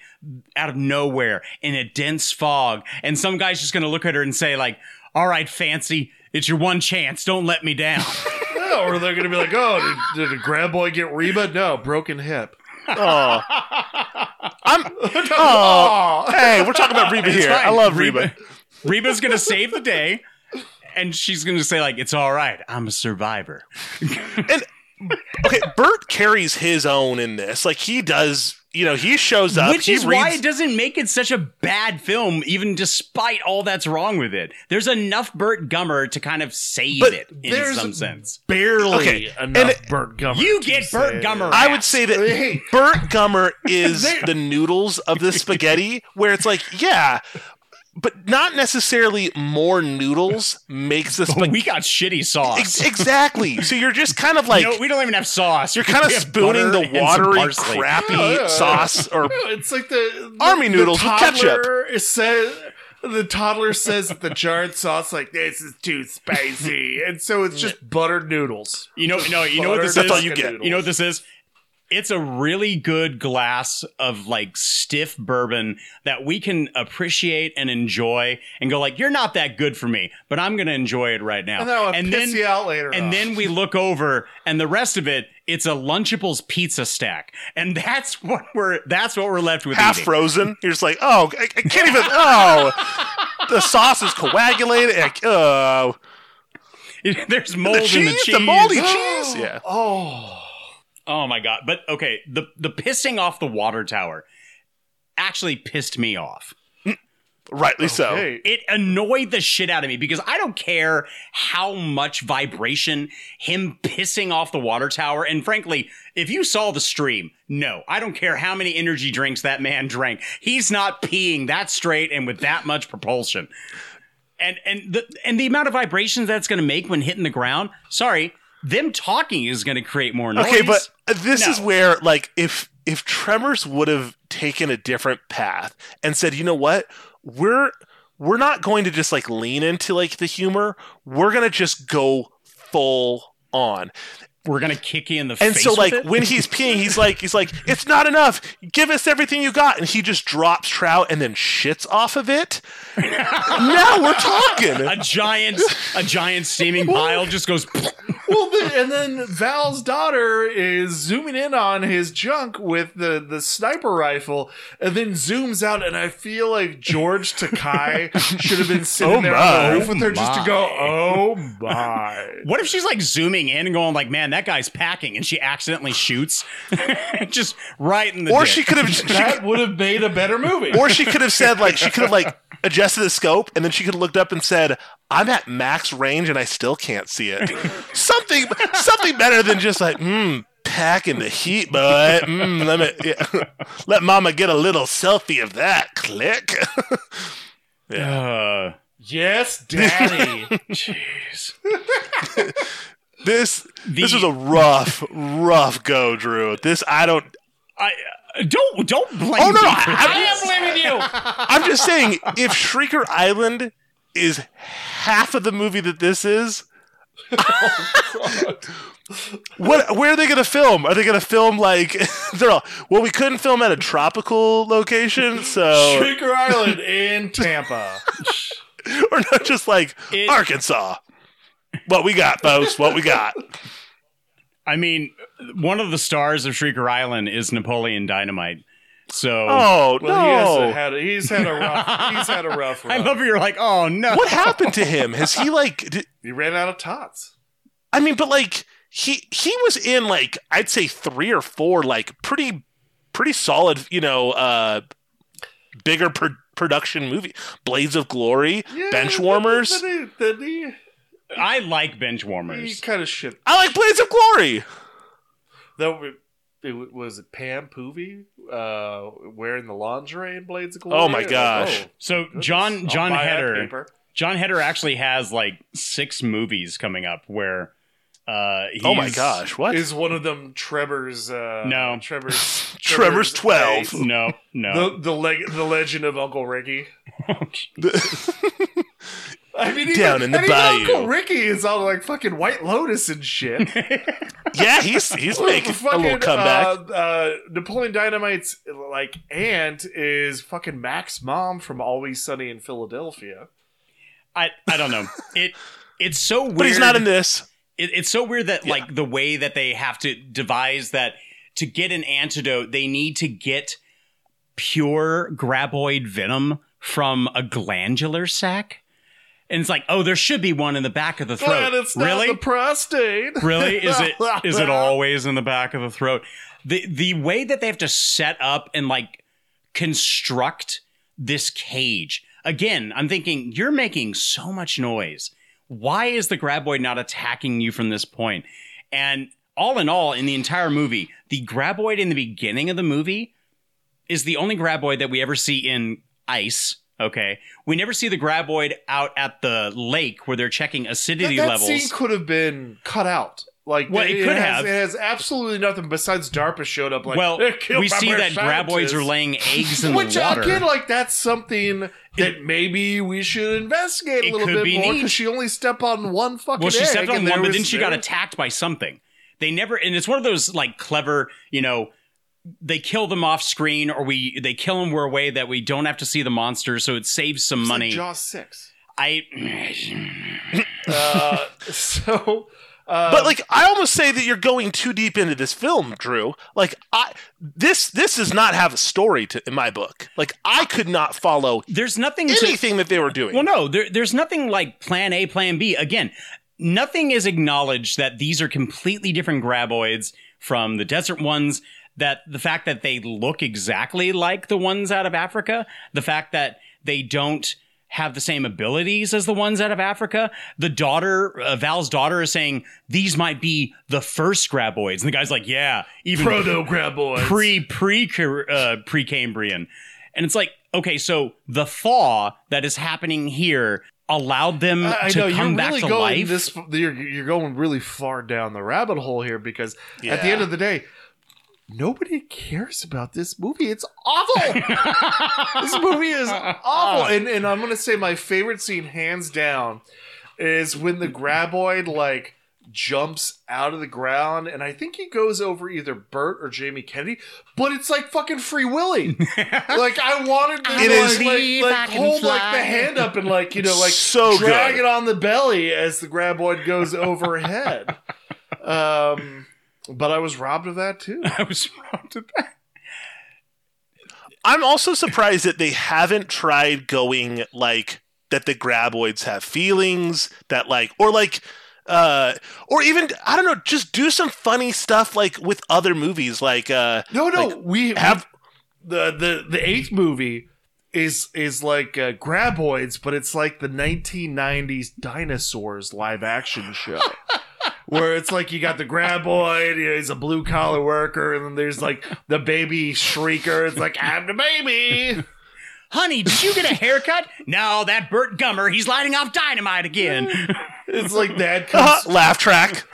S2: out of nowhere in a dense fog, and some guy's just gonna look at her and say like, "All right, fancy, it's your one chance. Don't let me down."
S3: No, or they're gonna be like, oh, did, did a grab boy get Reba? No, broken hip.
S4: Oh, I'm. Oh, hey, we're talking about Reba
S2: It's
S4: here.
S2: fine.
S4: I love Reba.
S2: Reba's gonna save the day, and she's gonna say like, "It's all right. I'm a survivor."
S4: Okay, Bert carries his own in this. Like he does. You know, he shows up.
S2: Which
S4: he
S2: is why it doesn't make it such a bad film, even despite all that's wrong with it. There's enough Burt Gummer to kind of save
S4: But
S2: it in
S3: there's
S2: some sense.
S3: Barely
S4: Okay,
S3: enough
S4: and it-
S3: Burt Gummer.
S2: You
S3: to
S2: get
S3: say
S2: Burt
S3: it.
S2: Gummer.
S4: I
S2: out.
S4: would say that
S3: Hey.
S4: Burt Gummer is
S3: There-
S4: the noodles of the spaghetti, where it's like, yeah, but not necessarily more noodles makes the
S2: But
S4: spaghetti.
S2: we got shitty sauce.
S4: Ex- exactly. So you're just kind of like
S2: no, we don't even have sauce.
S4: you're kind of
S2: We have
S4: spooning
S2: butter
S4: the
S2: and some
S4: watery,
S2: parsley.
S4: crappy
S3: Yeah.
S4: sauce or
S3: No, it's like the, the-
S4: Army noodles
S3: the
S4: with ketchup.
S3: toddler is Says, the toddler says that the jarred sauce like this is too spicy, and so it's just buttered noodles.
S2: You know, no, you know what
S3: Buttered
S2: this
S4: That's
S2: is.
S4: all you
S3: fucking
S4: get.
S2: You know what this is? It's a really good glass of like stiff bourbon that we can appreciate and enjoy and go like, you're not that good for me, but I'm gonna enjoy it right now.
S3: And that'll piss you out later
S2: And
S3: on.
S2: then we look over and the rest of it, it's a Lunchables pizza stack. And that's what we're that's what we're left with.
S4: half
S2: eating.
S4: frozen. You're just like, oh, I, I can't even. Oh, the sauce is coagulated. I, oh,
S2: There's mold
S4: the
S2: in the
S4: cheese,
S2: cheese.
S4: the moldy cheese. Yeah.
S2: Oh my god. But okay, the the pissing off the water tower actually pissed me off.
S4: rightly so.
S3: Hey,
S2: it annoyed the shit out of me because I don't care how much vibration him pissing off the water tower. And frankly, if you saw the stream, no, I don't care how many energy drinks that man drank. He's not peeing that straight and with that much propulsion. And and the and the amount of vibrations that's going to make when hitting the ground. Sorry, them talking is going to create more noise.
S4: Okay, but this is
S2: No.
S4: where like if if Tremors would have taken a different path and said, you know what, we're we're not going to just like lean into like the humor. We're gonna just go full on.
S2: we're going to kick you in the
S4: And
S2: face.
S4: so
S2: with
S4: like
S2: it?
S4: when he's peeing, he's like he's like, it's not enough. Give us everything you got. And he just drops trout and then shits off of it. now we're talking.
S2: a giant a giant steaming pile just goes.
S3: well, then, and then Val's daughter is zooming in on his junk with the, the sniper rifle, and then zooms out, and I feel like George Takai should have been sitting
S4: Oh
S3: there
S4: my.
S3: on the roof with her just to go,
S2: My.
S3: oh my.
S2: What if she's like zooming in and going like, "Man, that guy's packing," and she accidentally shoots, just right in the.
S4: Or
S2: dick.
S4: she could have she
S3: That would have made a better movie.
S4: or she could have said like she could have like adjusted the scope and then she could have looked up and said i'm at max range and i still can't see it something something better than just like mm packing the heat bud mm, let me yeah. let mama get a little selfie of that click
S2: Uh,
S3: yes, Daddy.
S4: this this
S2: The-
S4: was a rough rough go drew this i don't
S2: I uh, don't don't blame.
S4: Oh,
S2: me
S4: no, I-
S2: for
S4: I-
S2: this.
S4: i'm just saying if shrieker island is half of the movie that this is What? Where are they going to film? Are they going to film like they're all? Well, we couldn't film at a tropical location, so
S3: Shrieker Oh. Island in Tampa.
S4: we're not just like
S2: It-
S4: Arkansas. What we got, folks? What we got?
S2: I mean, one of the stars of Shrieker Island is Napoleon Dynamite. So
S4: Oh
S3: Well, he
S4: no!
S3: has had, he's had a rough. He's had a rough.
S2: I
S3: run.
S2: love how you're like, oh no.
S4: what happened to him? Has he like? Did,
S3: He ran out of tots.
S4: I mean, but like he he was in like I'd say three or four like pretty pretty solid you know uh bigger pro- production movie Blades of Glory, Benchwarmers.
S3: Then he, then he,
S2: I like bench
S3: he
S2: warmers.
S3: kind of shit.
S4: I like Blades of Glory.
S3: That wa- it wa- was it Pam Poovy uh, wearing the lingerie and Blades of Glory.
S4: Oh my gosh.
S2: So
S3: goodness.
S2: John
S3: I'll
S2: John
S3: buy that
S2: Heder
S3: paper.
S2: John Heder actually has like six movies coming up where Uh,
S4: oh my gosh, what
S3: is one of them? Trevor's uh,
S2: no,
S3: Trevor's
S4: Trevor's, twelve.
S2: Ace. No, no,
S3: the the, leg, the legend of Uncle Ricky. I mean, even,
S4: Down in the
S3: I mean,
S4: bayou.
S3: Uncle Ricky is all like fucking White Lotus and shit.
S4: yeah, he's he's making a little comeback.
S3: Uh, uh, Napoleon Dynamite's like aunt is fucking Mac's mom from Always Sunny in Philadelphia.
S2: I I don't know. It it's so weird.
S4: but he's not in this.
S2: It, it's so weird that like the way that they have to devise that to get an antidote, they need to get pure graboid venom from a glandular sac. And it's like, oh, there should be one in the back of the throat.
S3: Glad it's Oh, not
S2: really?
S3: the prostate.
S2: Really? Is it is it always in the back of the throat? The the way that they have to set up and like construct this cage. Again, I'm thinking you're making so much noise. Why is the graboid not attacking you from this point? And all in all, in the entire movie, the graboid in the beginning of the movie is the only graboid that we ever see in ice. Okay, we never see the graboid out at the lake where they're checking acidity
S3: that, that
S2: levels.
S3: scene could have been cut out. Like
S2: Well, it could
S3: has,
S2: have.
S3: It has absolutely nothing besides DARPA showed up. Like,
S2: well,
S3: "Eh, killed
S2: we
S3: by
S2: see that
S3: scientists."
S2: graboids are laying eggs in
S3: Which
S2: the water.
S3: again, like that's something that maybe we should investigate a
S2: It
S3: little
S2: could
S3: bit
S2: be
S3: more
S2: neat.
S3: because she only stepped on one fucking.
S2: well, she
S3: egg,
S2: stepped on
S3: and
S2: one,
S3: there
S2: but
S3: was-
S2: then she got
S3: there-
S2: attacked by something. They never, and it's one of those like clever, you know, they kill them off screen or we they kill them a way that we don't have to see the monster, so it saves some
S3: It's like
S2: money.
S3: Jaws six.
S2: I
S3: Uh, so. Uh,
S4: but like I almost say that you're going too deep into this film, Drew. Like I this this does not have a story to in my book. Like I could not follow
S2: there's nothing to
S4: anything that they were doing.
S2: Well, no, there, there's nothing like plan A, plan B. Again, nothing is acknowledged that these are completely different graboids from the desert ones. That the fact that they look exactly like the ones out of Africa, the fact that they don't have the same abilities as the ones out of Africa. The daughter, uh, Val's daughter, is saying these might be the first graboids, and the guy's like, "Yeah, even
S3: proto graboids.
S2: pre pre uh, pre Cambrian, and it's like okay, so the thaw that is happening here allowed them
S3: I I
S2: to
S3: know
S2: come
S3: you're
S2: back
S3: really
S2: to
S3: going
S2: life.
S3: this. You're you're going really far down the rabbit hole here because at the end of the day, nobody cares about this movie. It's awful. this movie is
S2: Ah.
S3: awful. And and I'm gonna say my favorite scene, hands down, is when the graboid like jumps out of the ground and I think he goes over either Bert or Jamie Kennedy, but it's like fucking free willy. like I wanted to
S4: It
S3: like,
S4: is-
S3: like, like, hold like the hand up and like, you know, like
S4: So
S3: drag
S4: good.
S3: it on the belly as the graboid goes overhead. um but I was robbed of that too.
S2: I was wrong to that.
S4: I'm also surprised that they haven't tried going like that the graboids have feelings that like or like uh or even I don't know just do some funny stuff like with other movies like uh
S3: No, no,
S4: like,
S3: we
S4: have
S3: the the the eighth movie is is like uh, Graboids, but it's like the 1990s dinosaurs live action show. Where it's like you got the graboid, you know, he's a blue collar worker, and then there's like the baby shrieker. It's like I'm the baby.
S2: Honey, did you get a haircut? no, that Bert Gummer, he's lighting off dynamite again.
S3: It's like dad comes,
S4: laugh track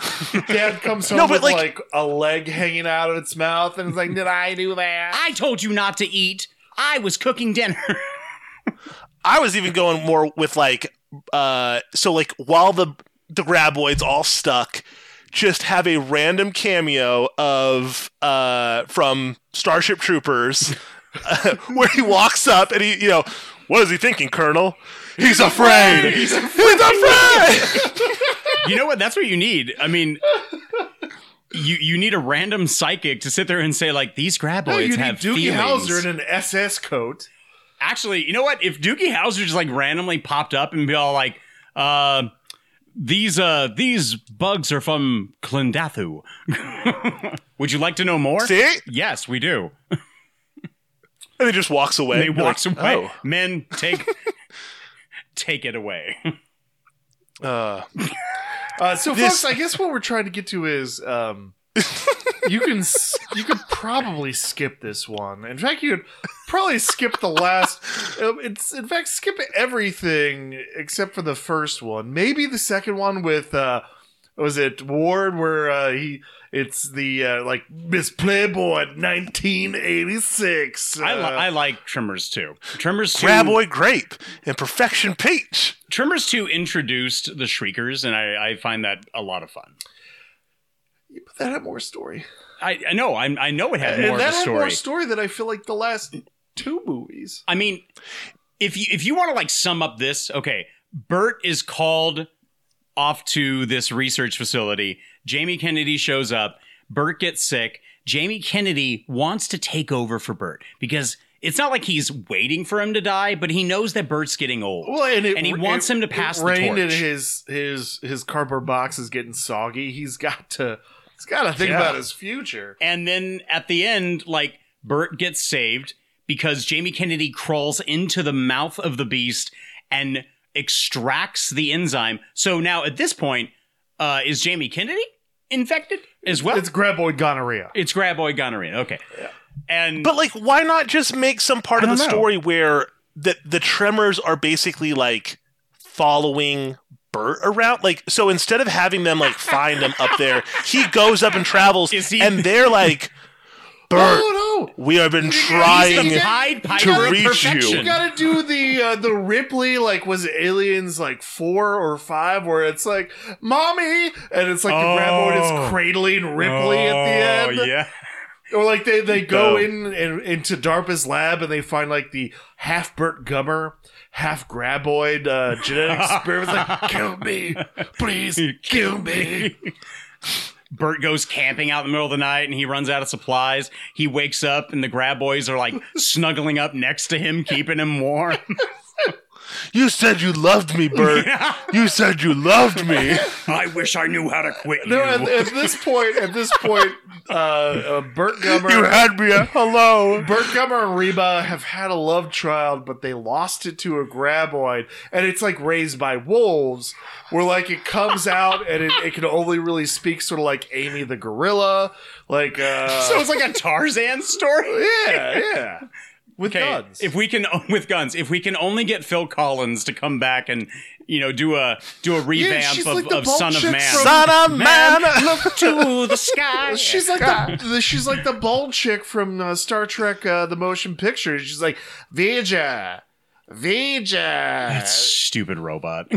S3: dad comes home
S4: No, but
S3: with like,
S4: like-
S3: a leg hanging out of its mouth, and it's like, did I do that?
S2: I told you not to eat. I was cooking dinner.
S4: I was even going more with like uh so like while the the graboids all stuck just have a random cameo of uh from Starship Troopers uh, where he walks up and he you know what is he thinking colonel he's afraid he's afraid
S2: you know what? That's what you need. I mean, you you need a random psychic to sit there and say like these graboids
S3: No, you need
S2: have
S3: Doogie
S2: Oh, feelings.
S3: Howser in an SS coat.
S2: Actually, you know what? If Doogie Howser just like randomly popped up and be all like, uh, these uh these bugs are from Clendathu. Would you like to know more?
S4: see
S2: Yes, we do.
S4: and he just walks away
S2: And he walks
S4: Like,
S3: oh.
S2: away. Men, take take it away.
S4: oh, uh,
S3: Uh, so,
S4: This-
S3: folks, I guess what we're trying to get to is um, you can s- you could probably skip this one. In fact, you could probably skip the last. Um, it's in fact skip everything except for the first one. Maybe the second one with uh, was it Ward where uh, he it's the uh, like Miss Playboy 1986. Uh,
S2: I, li- I like Tremors too. Tremors 2
S4: Graboid Grape and Perfection Peach.
S2: Tremors 2 introduced the Shriekers, and I, I find that a lot of fun.
S3: but that had more story.
S2: I, I know, I, I know it had more
S3: and Uh, that
S2: of a
S3: had
S2: story.
S3: more story than I feel like the last two movies.
S2: I mean, if you if you want to like sum up this, okay, Bert is called off to this research facility. Jamie Kennedy shows up. Bert gets sick. Jamie Kennedy wants to take over for Bert because it's not like he's waiting for him to die, but he knows that Bert's getting old.
S3: Well, and, it,
S2: he
S3: it-
S2: wants him to pass
S3: it
S2: the
S3: rained and
S2: torch.
S3: his his his cardboard box is getting soggy. He's got to he's got to think
S2: Yeah.
S3: about his future.
S2: And then at the end, like Bert gets saved because Jamie Kennedy crawls into the mouth of the beast and extracts the enzyme. So now at this point, uh, is Jamie Kennedy infected as well?
S3: It's graboid gonorrhea.
S2: It's graboid gonorrhea. Okay. And
S4: But like, why not just make some part
S2: I
S4: of the
S2: don't know.
S4: story where the the tremors are basically like following Bert around? Like, so instead of having them like find him up there, he goes up and travels,
S2: Is he-
S4: and they're like, Bert,
S3: Oh no!
S4: we have been
S2: He's the
S4: trying.
S2: Pied Piper
S4: to
S2: of
S4: reach you.
S2: perfection.
S3: You gotta do the uh, the Ripley like was it Aliens like four or five where it's like mommy and it's like
S2: Oh.
S3: the graboid is cradling Ripley at the
S2: Oh,
S3: end
S2: Yeah.
S3: or like they they go
S4: No.
S3: in and into DARPA's lab and they find like the half Bert Gummer half graboid uh, genetic experiments like kill me please kill me
S2: Bert goes camping out in the middle of the night and he runs out of supplies. He wakes up and the grab boys are like snuggling up next to him, keeping him warm.
S4: You said you loved me, Bert. You said you loved me.
S2: I wish I knew how to quit
S3: no at, at this point at this point uh, uh, Bert Gummer
S4: You had me at hello.
S3: Bert Gummer and Reba have had a love child, but they lost it to a graboid, and it's like raised by wolves, where like it comes out and it, it can only really speak sort of like Amy the gorilla, like uh,
S2: so it's like a Tarzan story.
S3: yeah, yeah, with
S2: Okay,
S3: guns.
S2: if we can with guns, if we can only get Phil Collins to come back and you know do a do a revamp
S3: she's
S2: of,
S3: like the
S2: of Son of
S3: bullshit
S2: Man,
S3: from-
S4: Son of man.
S2: uh, look to the sky.
S3: She's like the, the she's like the bald chick from uh, Star Trek: uh, The Motion Picture. She's like Vija, Vija.
S2: stupid robot.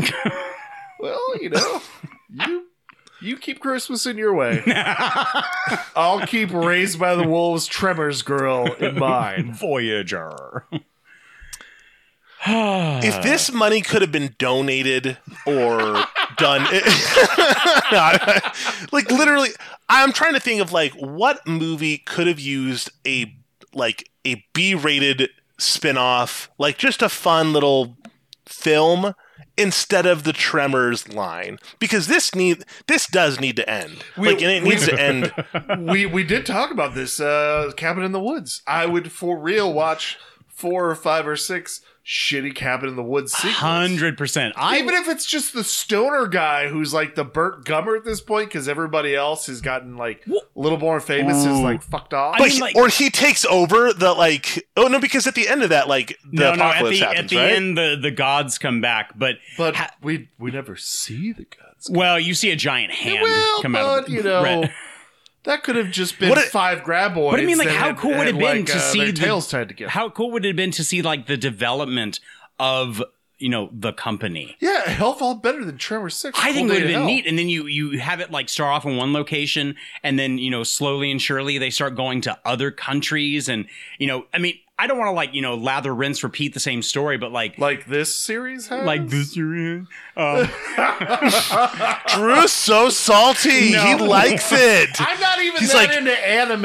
S3: Well, you know, you you keep Christmas in your way. I'll keep Raised by the Wolves Tremors Girl in mind.
S2: Voyager. Uh.
S4: if this money could have been donated or done like literally i'm trying to think of like what movie could have used a like a b-rated spin-off like just a fun little film instead of the tremors line because this need this does need to end like and it needs to end
S3: We we did talk about this uh, Cabin in the Woods. I would for real watch four or five or six shitty Cabin in the Woods sequels.
S2: Hundred percent. I
S3: Even if it's just the stoner guy who's like the Burt Gummer at this point, because everybody else has gotten like a little more famous, is like fucked off.
S2: I
S4: But
S2: mean,
S4: he-
S2: like-
S4: or he takes over the like oh no because at the end of that like the
S2: no, no. At
S4: apocalypse
S2: the
S4: happens
S2: at the
S4: right
S2: end, the the gods come back, but
S3: but
S2: ha-
S3: we we never see the guns.
S2: well, you see a giant hand
S3: well,
S2: come
S3: but
S2: out. Of the,
S3: you know,
S2: Right.
S3: that could have just been
S4: What it-
S3: five graboids.
S2: But I mean, like,
S3: and-
S2: how cool would it have
S3: and,
S2: been
S3: like,
S2: to
S3: uh,
S2: see
S3: their
S2: the-
S3: tails tied together?
S2: how cool would it have been to see like the development of you know the company?
S3: yeah, a hell of a lot better than Tremor Six.
S2: I
S3: Holy
S2: think it would have been
S3: hell.
S2: neat, and then you you have it like start off in one location, and then you know slowly and surely they start going to other countries, and you know, I mean, I don't want to like you know lather, rinse, repeat the same story, but like
S3: Like this series has.
S2: like this um, you're in.
S4: Drew's so salty. He likes it.
S3: I'm not even
S4: He's
S3: that
S4: like-
S3: into anime.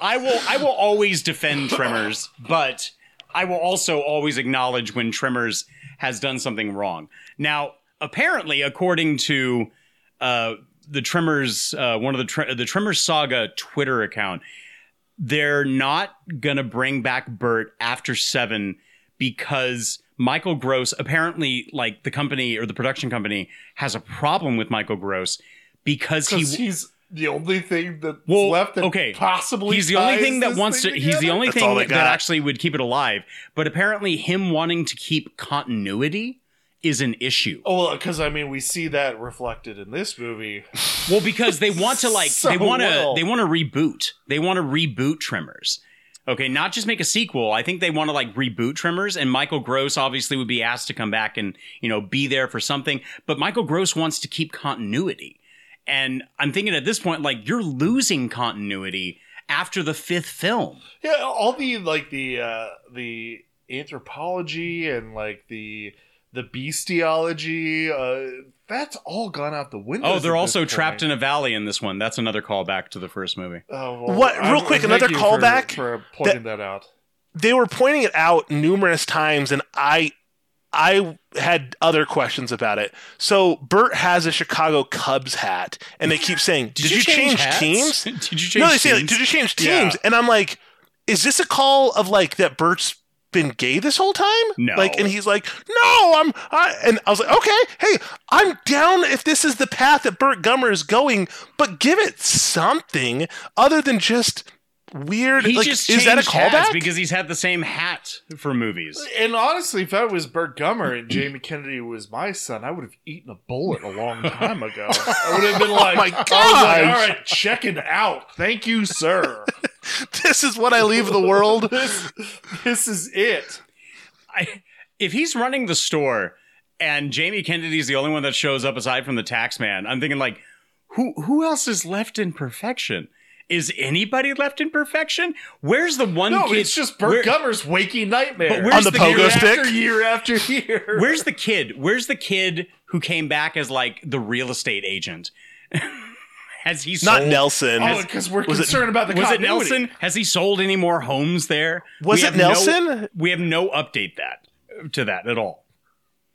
S2: I will I will always defend Tremors, but I will also always acknowledge when Tremors has done something wrong. Now, apparently, according to uh, the Tremors, uh, one of the tre- the Tremors Saga Twitter account, they're not gonna bring back Bert after seven because Michael Gross apparently, like the company or the production company, has a problem with Michael Gross because he
S3: Because he's the only thing that's
S2: well,
S3: left. That
S2: okay.
S3: possibly
S2: he's the only
S3: ties
S2: thing that
S3: this
S2: wants
S3: thing
S2: to. He's the
S3: together?
S2: only
S4: That's all
S2: thing
S4: they
S2: that
S4: got.
S2: actually would keep it alive. But apparently, him wanting to keep continuity is an issue.
S3: Oh well, because I mean, we see that reflected in this movie.
S2: Well, because they want to like
S3: So
S2: they want to
S3: well.
S2: they want to reboot. They want to reboot Tremors. Okay, not just make a sequel. I think they want to like reboot Tremors, and Michael Gross obviously would be asked to come back and you know be there for something. But Michael Gross wants to keep continuity, and I'm thinking at this point like you're losing continuity after the fifth film.
S3: Yeah, all the like the uh the anthropology and like the the bestiology, uh that's all gone out the window.
S2: Oh, they're also trapped in a valley in this one. That's another callback to the first movie.
S3: Oh,
S4: What- real quick,
S3: thank
S4: another
S3: you
S4: callback
S3: for, for pointing that, out.
S4: they were pointing it out numerous times and i i had other questions about it so bert has a chicago cubs hat and they keep saying did, you, change,
S2: hats?
S4: teams
S2: Did you
S4: no they
S2: change
S4: say like
S2: teams?
S4: did you change teams and i'm like is this a call of like that bert's been gay this whole time
S2: No.
S4: like and he's like no i'm I, and i was like okay hey i'm down if this is the path that bert gummer is going but give it something other than just weird
S2: He
S4: like,
S2: just
S4: is that a
S2: changed hats
S4: callback
S2: because he's had the same hat for movies.
S3: And honestly, if I was Bert Gummer and Jamie Kennedy was my son, I would have eaten a bullet a long time ago. I would have been like,
S4: my
S3: I was like,
S4: gosh.
S3: all right, checking out. Thank you, sir.
S4: this is what I leave the world.
S3: this, this is it.
S2: I, if he's running the store and Jamie Kennedy's the only one that shows up aside from the tax man, I'm thinking like, who who else is left in perfection? Is anybody left in perfection? Where's the one?
S3: No,
S2: kid-
S3: it's just Bert
S2: where-
S3: Gummer's waking nightmare.
S2: But where's On the the pogo
S3: year
S4: stick?
S3: After year after year.
S2: Where's the kid? Where's the kid who came back as like the real estate agent? Has he
S4: Not
S2: sold-
S4: Nelson.
S3: Oh, because we're
S4: Was it-
S3: concerned about the
S2: Was it
S3: continuity.
S2: Nelson? Has he sold any more homes there?
S4: Was
S2: We
S4: it
S2: have no-
S4: Nelson?
S2: we have no update that to that at all.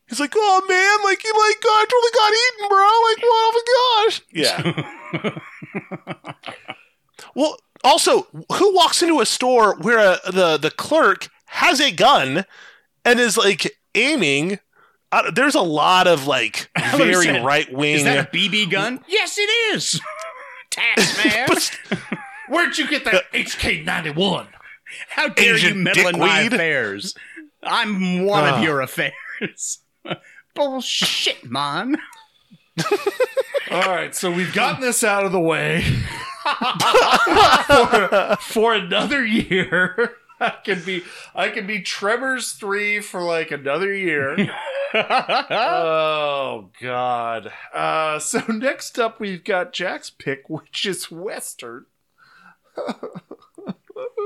S4: He's like, oh man, like he like I totally got eaten, bro. Like, what? Oh my gosh. Yeah. Oh well, also, who walks into a store where uh the the clerk has a gun and is like aiming? Uh, there's a lot of like
S2: what I'm
S4: very
S2: saying.
S4: right wing.
S2: Is that a BB gun? yes, it is. Tax man.
S3: Where'd you get
S4: Uh,
S3: that HK91?
S2: How dare
S4: Asian
S2: you meddle in my
S4: dickweed. Uh.
S2: affairs? I'm one of
S4: Ugh.
S2: your affairs. Bullshit, man.
S3: All right, so we've gotten this out of the way for, for another year. I can be I can be Trevor's three for like another year. oh God! Uh, so next up we've got Jack's pick, which is Western.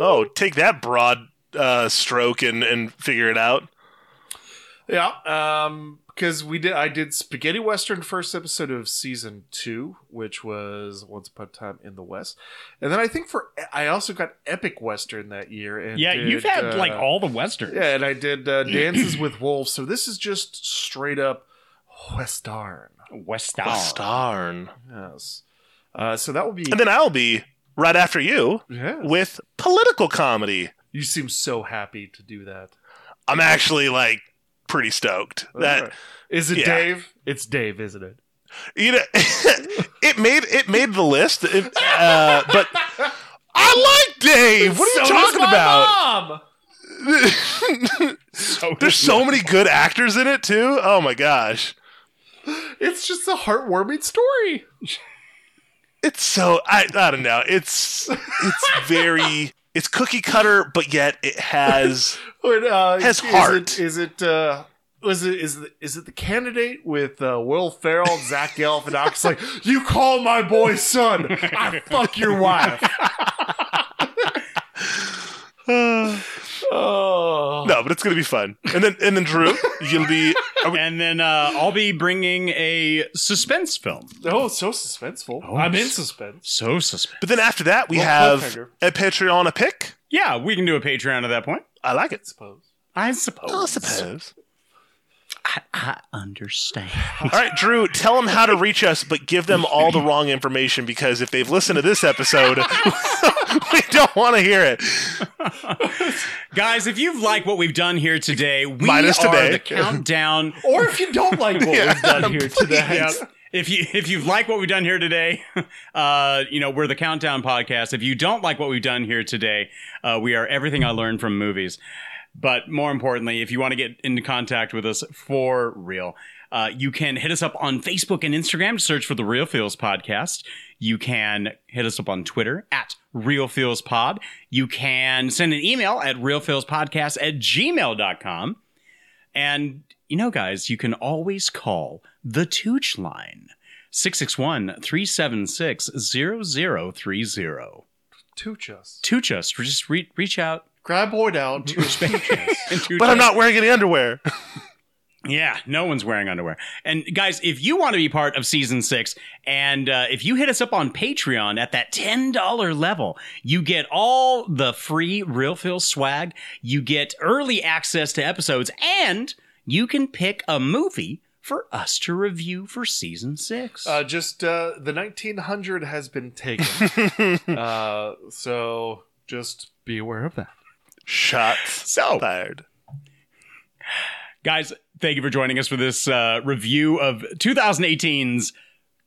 S4: oh, take that broad uh, stroke and and figure it out.
S3: Yeah, um, because we did. I did spaghetti western first episode of season two, which was Once Upon a Time in the West, and then I think for I also got epic western that year. And
S2: Yeah,
S3: did,
S2: you've had
S3: uh,
S2: like all the westerns.
S3: Yeah, and I did uh, Dances with Wolves. So this is just straight up western.
S2: Western.
S4: Starn.
S3: Yes. Uh, so that will be.
S4: And then I'll be right after you
S3: Yeah.
S4: with political comedy.
S3: you seem so happy to do that.
S4: I'm actually like pretty stoked that
S3: is it,
S4: yeah.
S3: Dave? It's Dave, isn't it?
S4: you know it made it made the list. It- uh, but I like Dave. What are
S3: So
S4: you
S3: does
S4: talking
S3: my
S4: about?
S3: mom!
S4: There's so many good actors in it too. Oh my gosh,
S3: It's just a heartwarming story.
S4: it's so I I don't know. It's it's very it's cookie cutter, but yet it has.
S3: But, uh,
S4: Has
S3: is
S4: heart.
S3: It, is it? Uh, was it? Is the, is it the candidate with uh, Will Ferrell, Zach Galifianakis? like you call my boy son, I fuck your wife. Uh, oh.
S4: No, but it's gonna be fun. And then and then Drew, you'll be. Are we,
S2: And then uh, I'll be bringing a suspense film.
S3: Oh, it's so suspenseful.
S4: Oh,
S3: I'm in suspense.
S2: So suspense.
S4: But then after that, we
S3: Well,
S4: have
S3: cliffhanger.
S4: a Patreon a pick.
S2: Yeah, we can do a Patreon at that point.
S4: I like it.
S3: Suppose.
S2: I suppose.
S4: Oh, I suppose.
S2: I, I understand.
S4: All right, Drew, tell them how to reach us, but give them all the wrong information because if they've listened to this episode, we don't want to hear it.
S2: Guys, if you've liked what we've done here today, we
S4: Minus
S2: are
S4: today.
S2: the countdown.
S3: Or if you don't like what we've done here today,
S2: Yeah. If you if you've liked what we've done here today, uh, you know we're the Countdown Podcast. If you don't like what we've done here today, uh, we are everything I learned from movies. But more importantly, if you want to get into contact with us for real, uh, you can hit us up on Facebook and Instagram to search for the Real Feels Podcast. You can hit us up on Twitter at Real Feels Pod. You can send an email at realfeelspodcast at gmail.com. And, you know, guys, you can always call the Tooch line 661 376 0030.
S3: Tooch us.
S2: Tooch us. Just re- reach out.
S3: Grab Boyd out.
S2: Tooch, tooch
S4: but I'm not wearing any underwear.
S2: Yeah, no one's wearing underwear. And guys, if you want to be part of season six, and uh, if you hit us up on Patreon at that $10 level, you get all the free Real Feel swag, you get early access to episodes, and you can pick a movie for us to review for season six.
S3: Uh, just uh, the 1900 has been taken. uh, so just be aware of that.
S4: Shots
S2: So-
S4: fired.
S2: Guys, thank you for joining us for this uh, review of 2018's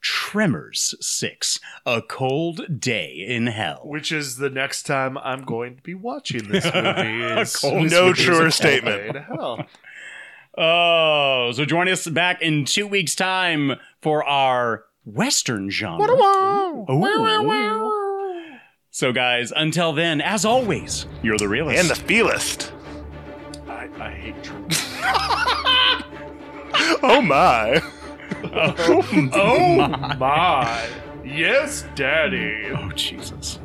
S2: Tremors 6 A Cold Day in Hell.
S3: Which is the next time I'm going to be watching this movie. is-
S2: cold-
S4: No
S3: is
S4: truer
S3: Hell
S4: statement.
S3: Made Hell.
S2: Oh, so join us back in two weeks' time for our Western genre. Ooh. So, guys, until then, as always, you're the realist.
S4: And the feelist.
S3: I, I hate truth.
S4: Oh my.
S3: Oh my. Yes, Daddy.
S2: oh, Jesus.